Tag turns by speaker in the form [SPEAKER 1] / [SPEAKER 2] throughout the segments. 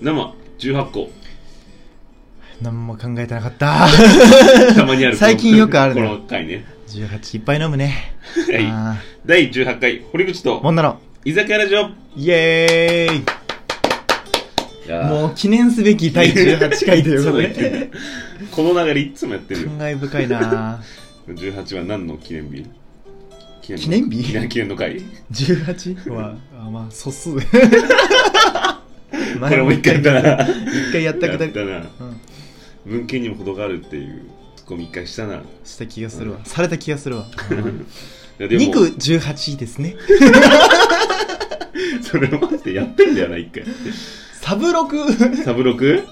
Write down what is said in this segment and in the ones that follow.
[SPEAKER 1] 生18個
[SPEAKER 2] 何も考えてな かった。
[SPEAKER 1] たまにある
[SPEAKER 2] 最近よくある
[SPEAKER 1] こ
[SPEAKER 2] ね
[SPEAKER 1] の回ね
[SPEAKER 2] 18いっぱい飲むね。
[SPEAKER 1] はい
[SPEAKER 2] あ
[SPEAKER 1] 第18回堀口
[SPEAKER 2] ーも
[SPEAKER 1] と
[SPEAKER 2] んなの。
[SPEAKER 1] 居酒屋ラジオ
[SPEAKER 2] イエーイ
[SPEAKER 1] いやー
[SPEAKER 2] もう記念すべき第18回ということ
[SPEAKER 1] いつも言
[SPEAKER 2] で
[SPEAKER 1] っ。てんだ この流れいつもやってるよ
[SPEAKER 2] 感慨深 いな
[SPEAKER 1] 18は何の記念日記
[SPEAKER 2] 記念日
[SPEAKER 1] 記念記念の回
[SPEAKER 2] 18は、あまあ、素数。 こ
[SPEAKER 1] これも一回だな
[SPEAKER 2] 一回やった
[SPEAKER 1] や
[SPEAKER 2] く
[SPEAKER 1] っ
[SPEAKER 2] だ
[SPEAKER 1] た
[SPEAKER 2] り。
[SPEAKER 1] な
[SPEAKER 2] うん。
[SPEAKER 1] 文献にも程があるっていうツッコミ一回したな
[SPEAKER 2] した気がするわ。された気がするわ。
[SPEAKER 1] いやでも
[SPEAKER 2] 肉18ですね。
[SPEAKER 1] それマジでやってんだよな一回
[SPEAKER 2] サ ブロク
[SPEAKER 1] サブロク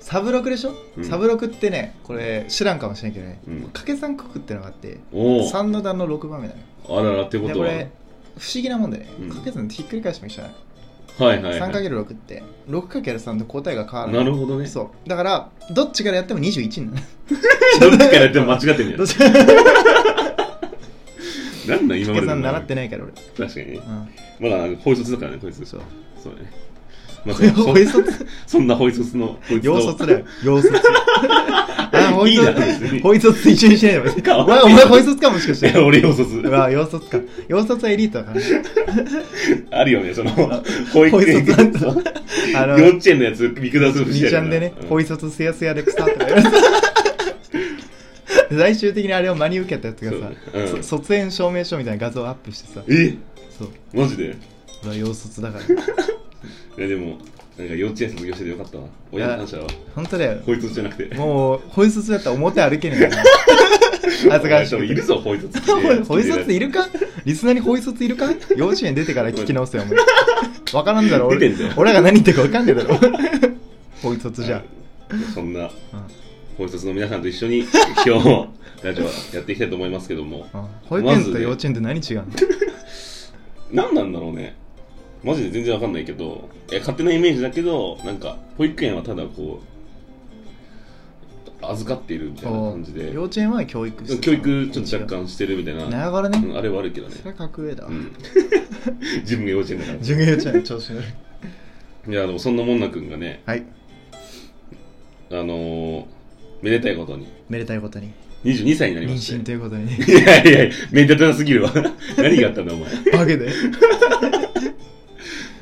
[SPEAKER 2] サブロクでしょ、
[SPEAKER 1] うん
[SPEAKER 2] サブロクってね、これ知らんかもしれんけどね。
[SPEAKER 1] うん
[SPEAKER 2] 掛け算国ってのがあって、
[SPEAKER 1] おお
[SPEAKER 2] 3の段の6番目だね。
[SPEAKER 1] あららってこ
[SPEAKER 2] で
[SPEAKER 1] と
[SPEAKER 2] こ
[SPEAKER 1] は
[SPEAKER 2] れ不思議なもんでね、
[SPEAKER 1] うん
[SPEAKER 2] 掛け算ってひっくり返してもいいじゃない、
[SPEAKER 1] はいはい、はい、
[SPEAKER 2] 3×6 って6かける3で答えが変わる
[SPEAKER 1] なるほどね
[SPEAKER 2] そうだからどっちからやっても21になる
[SPEAKER 1] どっちからやっても間違ってんじゃ
[SPEAKER 2] どっちから
[SPEAKER 1] なんなん今まで
[SPEAKER 2] 掛け
[SPEAKER 1] の
[SPEAKER 2] 算習ってないから俺、
[SPEAKER 1] 確かにね
[SPEAKER 2] う
[SPEAKER 1] まだ法律だからねこいつ
[SPEAKER 2] ん、そう
[SPEAKER 1] そうだねまあ、
[SPEAKER 2] これ
[SPEAKER 1] そ
[SPEAKER 2] 法律
[SPEAKER 1] そんな法律の法律の
[SPEAKER 2] 要卒だよ要卒あ法
[SPEAKER 1] いい
[SPEAKER 2] 律
[SPEAKER 1] な別に
[SPEAKER 2] 法律と一緒にしないでもいい
[SPEAKER 1] かわ
[SPEAKER 2] お
[SPEAKER 1] い
[SPEAKER 2] 前
[SPEAKER 1] い
[SPEAKER 2] お前法律かもしかし
[SPEAKER 1] い
[SPEAKER 2] て
[SPEAKER 1] や俺要卒
[SPEAKER 2] うわ要卒か要卒はエリートだからね
[SPEAKER 1] あるよねその保育園
[SPEAKER 2] 法律
[SPEAKER 1] そう
[SPEAKER 2] あの
[SPEAKER 1] 幼稚園のやつ見下すとして
[SPEAKER 2] 2ちゃんでね、ポイソツすやすやで草とか言 われて最終的にあれを真に受けたやつがさ、
[SPEAKER 1] そううん
[SPEAKER 2] そ卒園証明書みたいな画像をアップしてさ
[SPEAKER 1] え
[SPEAKER 2] そう
[SPEAKER 1] マジで
[SPEAKER 2] 俺は要卒だから
[SPEAKER 1] いやでもなんか幼稚園卒業しててよかったわ親の感謝は
[SPEAKER 2] 本当だよ
[SPEAKER 1] 法律じゃなくて
[SPEAKER 2] もう法卒だったら表歩けねえ よ恥ずかし
[SPEAKER 1] お前多分いる
[SPEAKER 2] い
[SPEAKER 1] ぞ法律って
[SPEAKER 2] 法卒いるかリスナーに法卒いるか幼稚園出てから聞き直せよお前分からんだろ
[SPEAKER 1] 出
[SPEAKER 2] 俺
[SPEAKER 1] てんだよ
[SPEAKER 2] 俺らが何言ってるか分かんねえだろ 法卒じゃ
[SPEAKER 1] そんな
[SPEAKER 2] うん
[SPEAKER 1] 法律の皆さんと一緒に今日ラジオやっていきたいと思いますけども
[SPEAKER 2] うん保育
[SPEAKER 1] ま
[SPEAKER 2] 園
[SPEAKER 1] ず
[SPEAKER 2] と
[SPEAKER 1] ね
[SPEAKER 2] 幼稚園って何違うの
[SPEAKER 1] 何なんだろうねマジで全然わかんないけどいや勝手なイメージだけどなんか保育園はただこう預かっているみたいな感じで
[SPEAKER 2] 幼稚園は教育してた
[SPEAKER 1] 教育ちょっと若干してるみたいな、
[SPEAKER 2] なるほどね、
[SPEAKER 1] うんあれはあるけどね
[SPEAKER 2] そ、れは格上だわ
[SPEAKER 1] うん 自分が幼稚園だ から
[SPEAKER 2] 授業中の調子乗る
[SPEAKER 1] いやでもそんなもんなくんがね
[SPEAKER 2] はい
[SPEAKER 1] あのー、めでたいことに
[SPEAKER 2] めでたいことに
[SPEAKER 1] 22歳になり
[SPEAKER 2] 妊
[SPEAKER 1] まして
[SPEAKER 2] 娠ということにね
[SPEAKER 1] いやいやいや、めでたすぎるわ。 何があったんだ、お前。い
[SPEAKER 2] バケで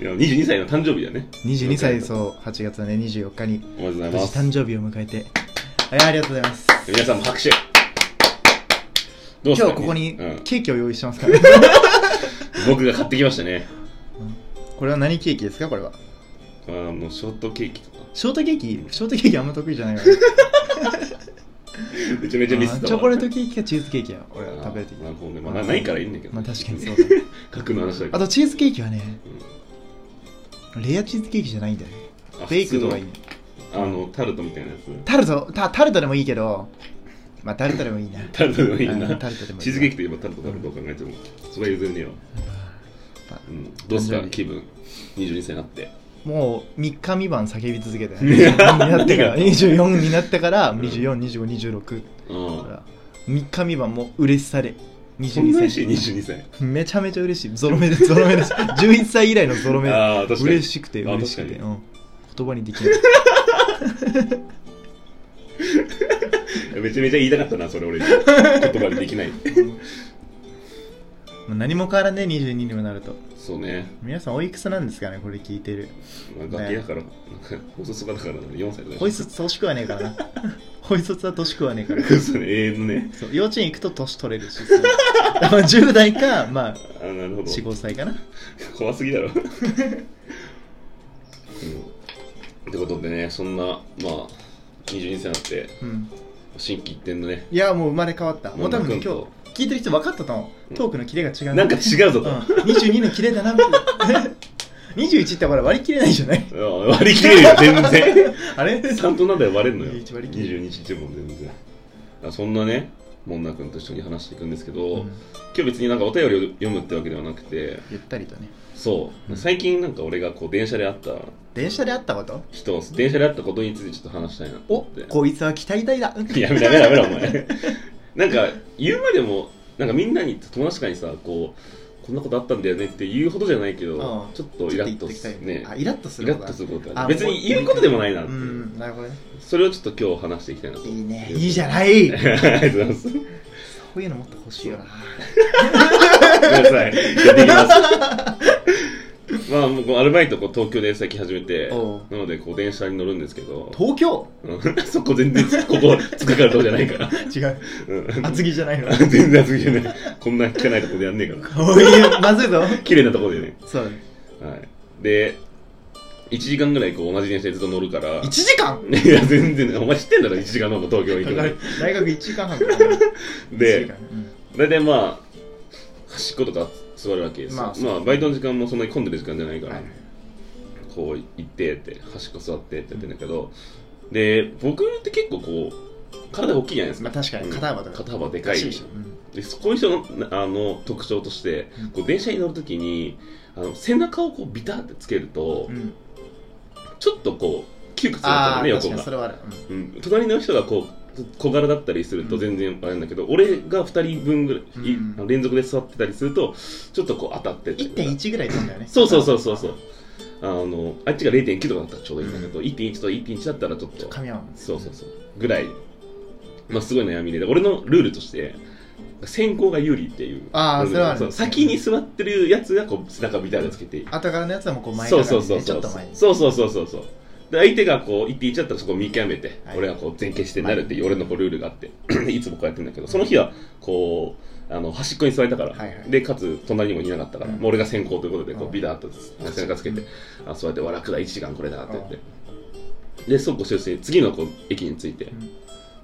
[SPEAKER 1] や、22歳の誕生日だね。
[SPEAKER 2] 22歳そう8月のね24日に
[SPEAKER 1] おめでとうございま
[SPEAKER 2] 私
[SPEAKER 1] す。
[SPEAKER 2] 誕生日を迎えてはいありがとうございます
[SPEAKER 1] 皆さんも拍手。どうす
[SPEAKER 2] 今
[SPEAKER 1] か
[SPEAKER 2] 日ここに
[SPEAKER 1] うん
[SPEAKER 2] ケーキを用意してますから、 ね、
[SPEAKER 1] 僕が買ってきましたね。
[SPEAKER 2] これは何ケーキですかこれは
[SPEAKER 1] あの、ショートケーキとか。
[SPEAKER 2] ショートケーキショートケーキあんま得意じゃないからチ
[SPEAKER 1] めちゃめちゃミスったわ。
[SPEAKER 2] ョコレートケーキかチーズケーキや俺は食べて
[SPEAKER 1] あーなるほどね。まあ、なないからいいんだけど。
[SPEAKER 2] まあ確かにそうだね
[SPEAKER 1] 書くの話だけど。
[SPEAKER 2] あとチーズケーキはねレアチーズケーキじゃないんだよね
[SPEAKER 1] あ
[SPEAKER 2] ベイクとかいいね
[SPEAKER 1] 普通のあの、タルトみたいなやつ。
[SPEAKER 2] タルトタタルトでもいいけどまあタルトでもいいな
[SPEAKER 1] タルトでもいい
[SPEAKER 2] あ
[SPEAKER 1] な。
[SPEAKER 2] タルトでもいい
[SPEAKER 1] チ
[SPEAKER 2] な
[SPEAKER 1] ーズケーキといえばタルトだろうと考えても。それは譲れねえわ。うん。どうす
[SPEAKER 2] 誕
[SPEAKER 1] か
[SPEAKER 2] 生日
[SPEAKER 1] 気分。22歳になって。
[SPEAKER 2] もう3日3晩叫び続けて24になってから24になってから242526
[SPEAKER 1] うん。
[SPEAKER 2] 3日3晩もう嬉しさで
[SPEAKER 1] そんな
[SPEAKER 2] 22
[SPEAKER 1] 嬉しい
[SPEAKER 2] 歳
[SPEAKER 1] 22歳。
[SPEAKER 2] めちゃめちゃ嬉しいゾロ目でゾロ目です11歳以来のゾロ目で
[SPEAKER 1] ああ、確かに。
[SPEAKER 2] 嬉しくて
[SPEAKER 1] あ
[SPEAKER 2] 嬉しくて、
[SPEAKER 1] 確か
[SPEAKER 2] うん、言葉にできない
[SPEAKER 1] めちゃめちゃ言いたかったな、それ 俺に。言葉にできない。
[SPEAKER 2] まあ何も変わらねえ22にもなると
[SPEAKER 1] そうね。
[SPEAKER 2] 皆さんおいくつなんですかねこれ聞いてる
[SPEAKER 1] まあ、楽器だから、なんか、放送とかだから、4歳とか。
[SPEAKER 2] ホイ卒年食わねえからなホイ卒は年食わねえから
[SPEAKER 1] そうね、永遠のね。
[SPEAKER 2] そう幼稚園行くと年取れるしそう まあ10代かまあ
[SPEAKER 1] あ、なるほど。
[SPEAKER 2] 45歳かな
[SPEAKER 1] 怖すぎ だろ。うん。ってことでね、そんな、まあ、22歳になって、
[SPEAKER 2] うん
[SPEAKER 1] 新規一転のね、
[SPEAKER 2] いやもう生まれ変わったもう多分ね
[SPEAKER 1] なんか
[SPEAKER 2] 今日聞いてる人分かったと思うトークのキレが違う
[SPEAKER 1] なんか違うぞ
[SPEAKER 2] うん
[SPEAKER 1] と。
[SPEAKER 2] 22のキレだな 21ってほら割り切れないじゃない
[SPEAKER 1] うん割り切れるよ、全然。
[SPEAKER 2] あれ
[SPEAKER 1] 担当なんだよ、割れんのよ。
[SPEAKER 2] 21割り切
[SPEAKER 1] 22日でも全然。あそんなね、もんな君と一緒に話していくんですけど、
[SPEAKER 2] うん
[SPEAKER 1] 今日別になんかお便りを読むってわけではなくて、
[SPEAKER 2] ゆったりとね
[SPEAKER 1] そう、最近なんか俺がこう電車で会った
[SPEAKER 2] 電車で会ったこと
[SPEAKER 1] 人電車で会ったことについてちょっと話したいなと
[SPEAKER 2] お
[SPEAKER 1] 思って
[SPEAKER 2] こいつは期待大だうん
[SPEAKER 1] やめろやめろやめ ろお前なんか言うまでもなんかみんなに友達とかにさこうこんなことあったんだよねって言うほどじゃないけど、
[SPEAKER 2] うん
[SPEAKER 1] ちょっとイラッと
[SPEAKER 2] ちょっ
[SPEAKER 1] す
[SPEAKER 2] 言ってき
[SPEAKER 1] ね
[SPEAKER 2] たいあイラッとす
[SPEAKER 1] イ
[SPEAKER 2] る
[SPEAKER 1] ラ
[SPEAKER 2] こ
[SPEAKER 1] ッ
[SPEAKER 2] と
[SPEAKER 1] とすること
[SPEAKER 2] あ
[SPEAKER 1] ある別に言うことでもないなっ
[SPEAKER 2] だ
[SPEAKER 1] て
[SPEAKER 2] う
[SPEAKER 1] いう、
[SPEAKER 2] んなるほどね
[SPEAKER 1] それをちょっと今日話していきたいなと
[SPEAKER 2] いいねいいじゃな い
[SPEAKER 1] ありがとうございます
[SPEAKER 2] こういうのもっと欲しいよな
[SPEAKER 1] ごめんなさいやっていき ますまあ僕アルバイトこう東京で最近始めて
[SPEAKER 2] おう
[SPEAKER 1] なのでこう電車に乗るんですけど
[SPEAKER 2] 東京
[SPEAKER 1] うんそこ全然ここつっかかるとこじゃないから、
[SPEAKER 2] 違う
[SPEAKER 1] うん、
[SPEAKER 2] 厚着じゃないの
[SPEAKER 1] 全然厚着じゃないこんな汚いとこでやんねえから
[SPEAKER 2] おいまずいぞ
[SPEAKER 1] 綺麗なとこでね
[SPEAKER 2] そう
[SPEAKER 1] はいで1時間ぐらいこう同じ電車でずっと乗るから
[SPEAKER 2] 1時間
[SPEAKER 1] いや、全然、お前知ってんだろ、1時間のこと東京行
[SPEAKER 2] か
[SPEAKER 1] く
[SPEAKER 2] か
[SPEAKER 1] の
[SPEAKER 2] る大学1時間半かかる一時
[SPEAKER 1] で
[SPEAKER 2] 間、うん
[SPEAKER 1] 大体まあ、端っことか座るわけですよ。
[SPEAKER 2] ま
[SPEAKER 1] ま
[SPEAKER 2] あ
[SPEAKER 1] あ、
[SPEAKER 2] そう
[SPEAKER 1] バイトの時間もそんなに混んでる時間じゃないから、
[SPEAKER 2] はい
[SPEAKER 1] こう行ってって、端っこ座ってってやってんだけど、で、僕って結構こう、体大きいじゃないです
[SPEAKER 2] ま
[SPEAKER 1] か。
[SPEAKER 2] あ確かに肩幅とか
[SPEAKER 1] 肩幅でかい
[SPEAKER 2] しいでしょうん
[SPEAKER 1] でそこの人のあの特徴として
[SPEAKER 2] うん
[SPEAKER 1] こう電車に乗るときにあの背中をこうビタってつけると、
[SPEAKER 2] うん
[SPEAKER 1] ちょっとこう窮屈にな
[SPEAKER 2] あ
[SPEAKER 1] っ
[SPEAKER 2] あ
[SPEAKER 1] たね
[SPEAKER 2] ー
[SPEAKER 1] 横
[SPEAKER 2] 確かに
[SPEAKER 1] が
[SPEAKER 2] それはあるうん
[SPEAKER 1] うん、隣の人がこう小柄だったりすると全然あれなんだけど、俺が2人分ぐらい、
[SPEAKER 2] うん
[SPEAKER 1] 連続で座ってたりするとちょっとこう当たってたりとか
[SPEAKER 2] 1.1ぐらい飛んだよね
[SPEAKER 1] そうそうそうそうそうあのあっちが0.9とかだったらちょうどいいんだけど、1.1と1.1だったらちょっと
[SPEAKER 2] 噛み合うもん
[SPEAKER 1] そうそうそうぐらい、まあ、すごい悩みで俺のルールとして先行が有利っていう
[SPEAKER 2] あーそれはある
[SPEAKER 1] う先に座ってるやつがこう背中みたいなのつけて
[SPEAKER 2] 後からのやつはもうこう前か
[SPEAKER 1] そ
[SPEAKER 2] ら
[SPEAKER 1] う
[SPEAKER 2] ね
[SPEAKER 1] そうそう
[SPEAKER 2] ち
[SPEAKER 1] そ
[SPEAKER 2] ょっ
[SPEAKER 1] う
[SPEAKER 2] と前に
[SPEAKER 1] そうそうそうそうそうで相手がこう一って言っちゃったらそこを見極めて、
[SPEAKER 2] はい
[SPEAKER 1] 俺がこう前傾してなるっていう俺のこうルールがあって いつもこうやってるんだけどその日はこうあの端っこに座れたから、
[SPEAKER 2] はいはい
[SPEAKER 1] でかつ隣にもいなかったから、
[SPEAKER 2] うん
[SPEAKER 1] もう俺が先行ということでこ
[SPEAKER 2] うん
[SPEAKER 1] うビタッと背中つけて、あそうやって「わ楽だ1時間これだ」って言って、でそうこうしてるうちに次のこう駅に着いて、
[SPEAKER 2] ん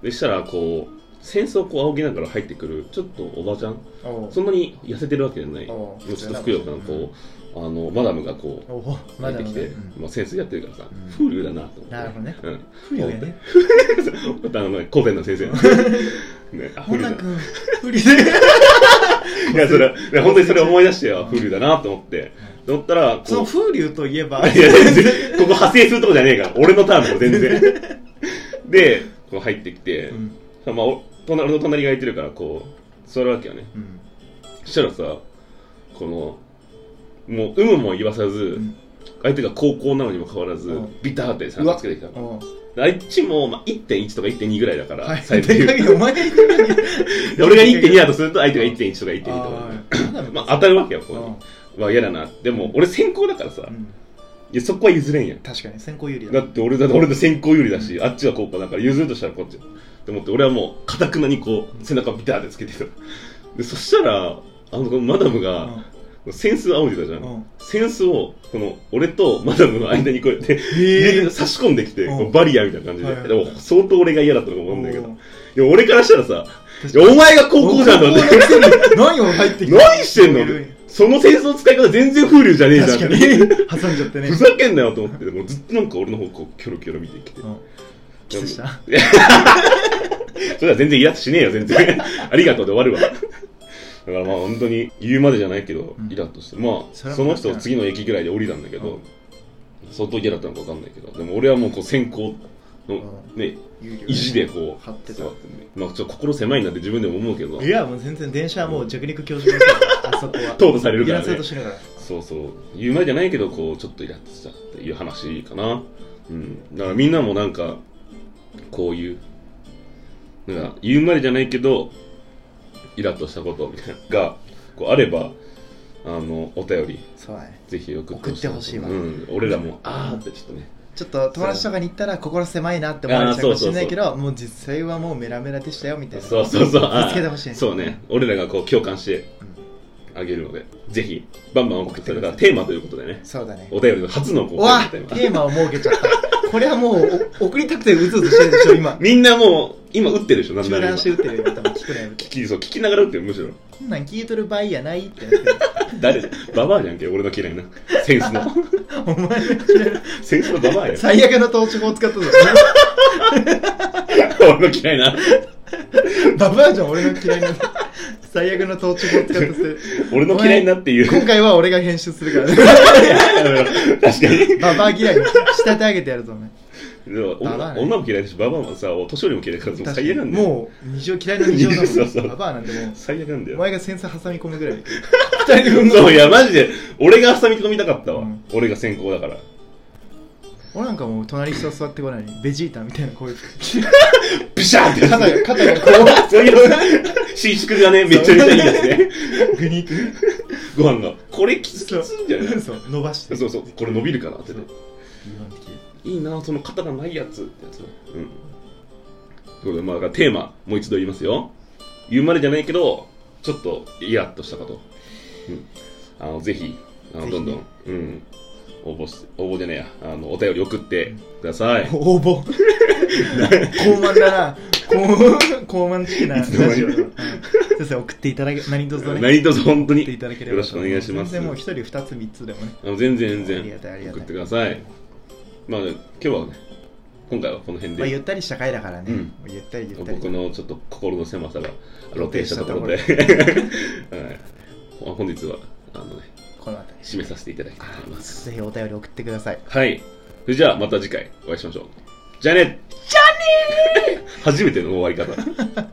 [SPEAKER 1] でしたらこう戦争をこう仰ぎながら入ってくるちょっとおばちゃん
[SPEAKER 2] おう
[SPEAKER 1] そんなに痩せてるわけじゃない
[SPEAKER 2] おう
[SPEAKER 1] もうちょっとふくよかなこう、あのマダムがこう
[SPEAKER 2] おおま
[SPEAKER 1] 出
[SPEAKER 2] だ
[SPEAKER 1] て
[SPEAKER 2] ま
[SPEAKER 1] き
[SPEAKER 2] だ
[SPEAKER 1] て、
[SPEAKER 2] うん
[SPEAKER 1] まあ、センスやってるからさ、
[SPEAKER 2] うん
[SPEAKER 1] 風流だなと思って。
[SPEAKER 2] なるほどね
[SPEAKER 1] うん。
[SPEAKER 2] 不良やね
[SPEAKER 1] またあの、古典の 先生なんでね、あ、風
[SPEAKER 2] 本
[SPEAKER 1] 流だ
[SPEAKER 2] 田
[SPEAKER 1] な。
[SPEAKER 2] 君不良で
[SPEAKER 1] いや、それ、いや本当にそれ思い出してよ、風流だなと思って。乗ったら、
[SPEAKER 2] その
[SPEAKER 1] こ
[SPEAKER 2] 風流といえば
[SPEAKER 1] う、いや、全然、ここ派生するとこじゃねえから、俺のターンだよ、全然。 で、こう入ってきて、
[SPEAKER 2] うん
[SPEAKER 1] まあ、お隣俺の隣が空いてるから、こう、座るわけよね。
[SPEAKER 2] うん
[SPEAKER 1] そしたらさ、この、もう、有無も言わさず、
[SPEAKER 2] うん
[SPEAKER 1] 相手が高校なのにもかかわらず、
[SPEAKER 2] うん
[SPEAKER 1] ビターって3つけてきたの
[SPEAKER 2] おう
[SPEAKER 1] あっちも、まあ、1.1とか1.2ぐらいだから、
[SPEAKER 2] はい
[SPEAKER 1] 最低
[SPEAKER 2] でかいよお前が言ってるのに
[SPEAKER 1] で俺が1.2だとすると、相手が1.1とか1.2とか、
[SPEAKER 2] あ
[SPEAKER 1] まあ、当たるわけよ、
[SPEAKER 2] ー
[SPEAKER 1] こう。まあ、嫌だな。でも、俺先行だからさ、
[SPEAKER 2] う
[SPEAKER 1] い
[SPEAKER 2] ん
[SPEAKER 1] や、そこは譲れんやん。
[SPEAKER 2] 確かに先行有利
[SPEAKER 1] だ
[SPEAKER 2] だ
[SPEAKER 1] って俺だって俺の先行有利だし、あっちが高校だから譲るとしたらこっち。って思って、俺はもう、かたくなにこう、背中ビターってつけてた。で、そしたら、あの、このマダム
[SPEAKER 2] う
[SPEAKER 1] が、
[SPEAKER 2] ん
[SPEAKER 1] センス仰いでたじゃ
[SPEAKER 2] うん
[SPEAKER 1] ん。センスを、この、俺とマダムの間にこうやって、
[SPEAKER 2] へえ
[SPEAKER 1] 差し込んできて、
[SPEAKER 2] うん
[SPEAKER 1] こうバリアみたいな感じ
[SPEAKER 2] はいはい
[SPEAKER 1] で。でも、相当俺が嫌だったと思うんだけど。
[SPEAKER 2] おう
[SPEAKER 1] でも俺からしたらさ、いやお前が高校じゃんだって。
[SPEAKER 2] 何を入ってきた
[SPEAKER 1] 何してんのその戦争の使い方全然風流じゃねえじゃん
[SPEAKER 2] 確かに挟んじゃってね
[SPEAKER 1] ふざけんなよと思って、でもずっとなんか俺の方こうキョロキョロ見てきて。
[SPEAKER 2] うんキスした
[SPEAKER 1] それは全然イラッとしねえよ、全 然。ありがとうで終わるわ。だからまあ本当に言うまでじゃないけど
[SPEAKER 2] うん、
[SPEAKER 1] イラッとして。まあ、
[SPEAKER 2] それは
[SPEAKER 1] その人を次の駅ぐらいで降りたんだけ
[SPEAKER 2] う
[SPEAKER 1] ど
[SPEAKER 2] ん、
[SPEAKER 1] 相当嫌だったのかわかんないけど、でも俺はもうこう先行の
[SPEAKER 2] う
[SPEAKER 1] ね、
[SPEAKER 2] 有利
[SPEAKER 1] 意地でこう、
[SPEAKER 2] 張ってた
[SPEAKER 1] 座んでまあちょっと心狭いなって自分でも思うけど
[SPEAKER 2] い、やもう全然電車はもう弱肉強食ですからあそ こは
[SPEAKER 1] 淘汰されるから
[SPEAKER 2] やらせ
[SPEAKER 1] ね
[SPEAKER 2] ようと。しながら
[SPEAKER 1] そうそう言う前じゃないけどこうちょっとイラッとしたっていう話かなうんだからみんなもなんかこういうなんか言うまでじゃないけどイラッとしたことみたいなのがこうあればあのお便り
[SPEAKER 2] そうだね
[SPEAKER 1] ぜひ送って
[SPEAKER 2] 送ってほしいわ
[SPEAKER 1] うん、俺らもあーってちょっとね
[SPEAKER 2] ちょっと友達とかに行ったら心狭いなって思われちゃうかもしれないけどもう実際はもうメラメラでしたよみたいな
[SPEAKER 1] そうそうそうあー
[SPEAKER 2] 助けてほしい
[SPEAKER 1] そうね俺らがこう共感してあげるのでぜひバンバン送ってくれたらテーマということでね
[SPEAKER 2] そうだね
[SPEAKER 1] お便りの初のこう
[SPEAKER 2] うわ
[SPEAKER 1] テーマ
[SPEAKER 2] テーマを設けちゃったこれはもうお送りたくてうずうずしてるでしょ今
[SPEAKER 1] みんなもう今打ってるでしょなん
[SPEAKER 2] 中
[SPEAKER 1] なら
[SPEAKER 2] 断
[SPEAKER 1] 今
[SPEAKER 2] して
[SPEAKER 1] 聞
[SPEAKER 2] 打ってるよ多分聞くない
[SPEAKER 1] きそう聞きながら打ってるむしろ
[SPEAKER 2] こんなん聞いとる場合やないってなってる
[SPEAKER 1] 誰だババアじゃんけ俺の嫌いなセンスの
[SPEAKER 2] お前嫌いな
[SPEAKER 1] センスのババアや
[SPEAKER 2] 最悪の投資法を使ったぞ
[SPEAKER 1] 俺の嫌いな
[SPEAKER 2] ババアじゃん俺の嫌いな最悪の統治法を使ってす
[SPEAKER 1] 俺の嫌いになって言う。
[SPEAKER 2] 今回は俺が編集するからね
[SPEAKER 1] やめろ 確かに。
[SPEAKER 2] ババア嫌いに仕立て上げてやるぞお前
[SPEAKER 1] でも
[SPEAKER 2] ババア
[SPEAKER 1] 女
[SPEAKER 2] ね
[SPEAKER 1] 女も嫌いだし、ババアもさ、年寄りも嫌いだから、もう最悪なんだよ。
[SPEAKER 2] もう二乗嫌いの二乗だもん
[SPEAKER 1] そうそう
[SPEAKER 2] ババアなんてもう
[SPEAKER 1] 最悪なんだ
[SPEAKER 2] お
[SPEAKER 1] よ。
[SPEAKER 2] 前がセンサー挟み込むぐらい二人で運動
[SPEAKER 1] そう、いや、マジで、俺が挟み込みたかったわ。
[SPEAKER 2] うん
[SPEAKER 1] 俺が先行だから。
[SPEAKER 2] 俺なんかもう隣に人座ってこないのにベジータみたいなこういう
[SPEAKER 1] ビシャーってやつ
[SPEAKER 2] 肩が肩がこ
[SPEAKER 1] そういう、伸縮がね、めちゃめちゃいいやつね。
[SPEAKER 2] うグニッグ
[SPEAKER 1] ご飯が。これきつき
[SPEAKER 2] そう
[SPEAKER 1] ついんじゃない
[SPEAKER 2] ニッそう伸ばして
[SPEAKER 1] そうそう、これ伸びるかなってね。
[SPEAKER 2] 理論的
[SPEAKER 1] いいな、その肩がないやつってやつね。うん。ということで、まあ、だからテーマ、もう一度言いますよ。言うまでじゃないけど、ちょっとイラッとしたこと。うん。あの、ぜひ、あの
[SPEAKER 2] ぜひね
[SPEAKER 1] どんどん、うん。応募し、応募じゃねえや。あの、お便り送ってください。
[SPEAKER 2] 応募高慢だな高高慢的なラジオだ
[SPEAKER 1] いつの間に
[SPEAKER 2] うん先生送っていただけ何卒ね
[SPEAKER 1] 何卒本当
[SPEAKER 2] 送ってい
[SPEAKER 1] に、
[SPEAKER 2] ただければ
[SPEAKER 1] よろしくお願いします
[SPEAKER 2] 全然もう一人二つ三つでもね
[SPEAKER 1] あの全然
[SPEAKER 2] ありが
[SPEAKER 1] 全
[SPEAKER 2] たいあり
[SPEAKER 1] 然
[SPEAKER 2] が
[SPEAKER 1] 送
[SPEAKER 2] たい
[SPEAKER 1] ってください。まあ、今日はね、今回はこの辺
[SPEAKER 2] まあゆ
[SPEAKER 1] で、
[SPEAKER 2] ったりした回だからね
[SPEAKER 1] うん
[SPEAKER 2] もうゆったりゆったり
[SPEAKER 1] 僕のちょっと心の狭さが露呈したところで、 はいまあ本日は、あのね、
[SPEAKER 2] この辺り
[SPEAKER 1] 締めさせていただきたいと思います。
[SPEAKER 2] ぜひお便り送ってください
[SPEAKER 1] はい。それじゃ あまた次回お会いしましょう。じゃあねじゃあね初めての終わり方。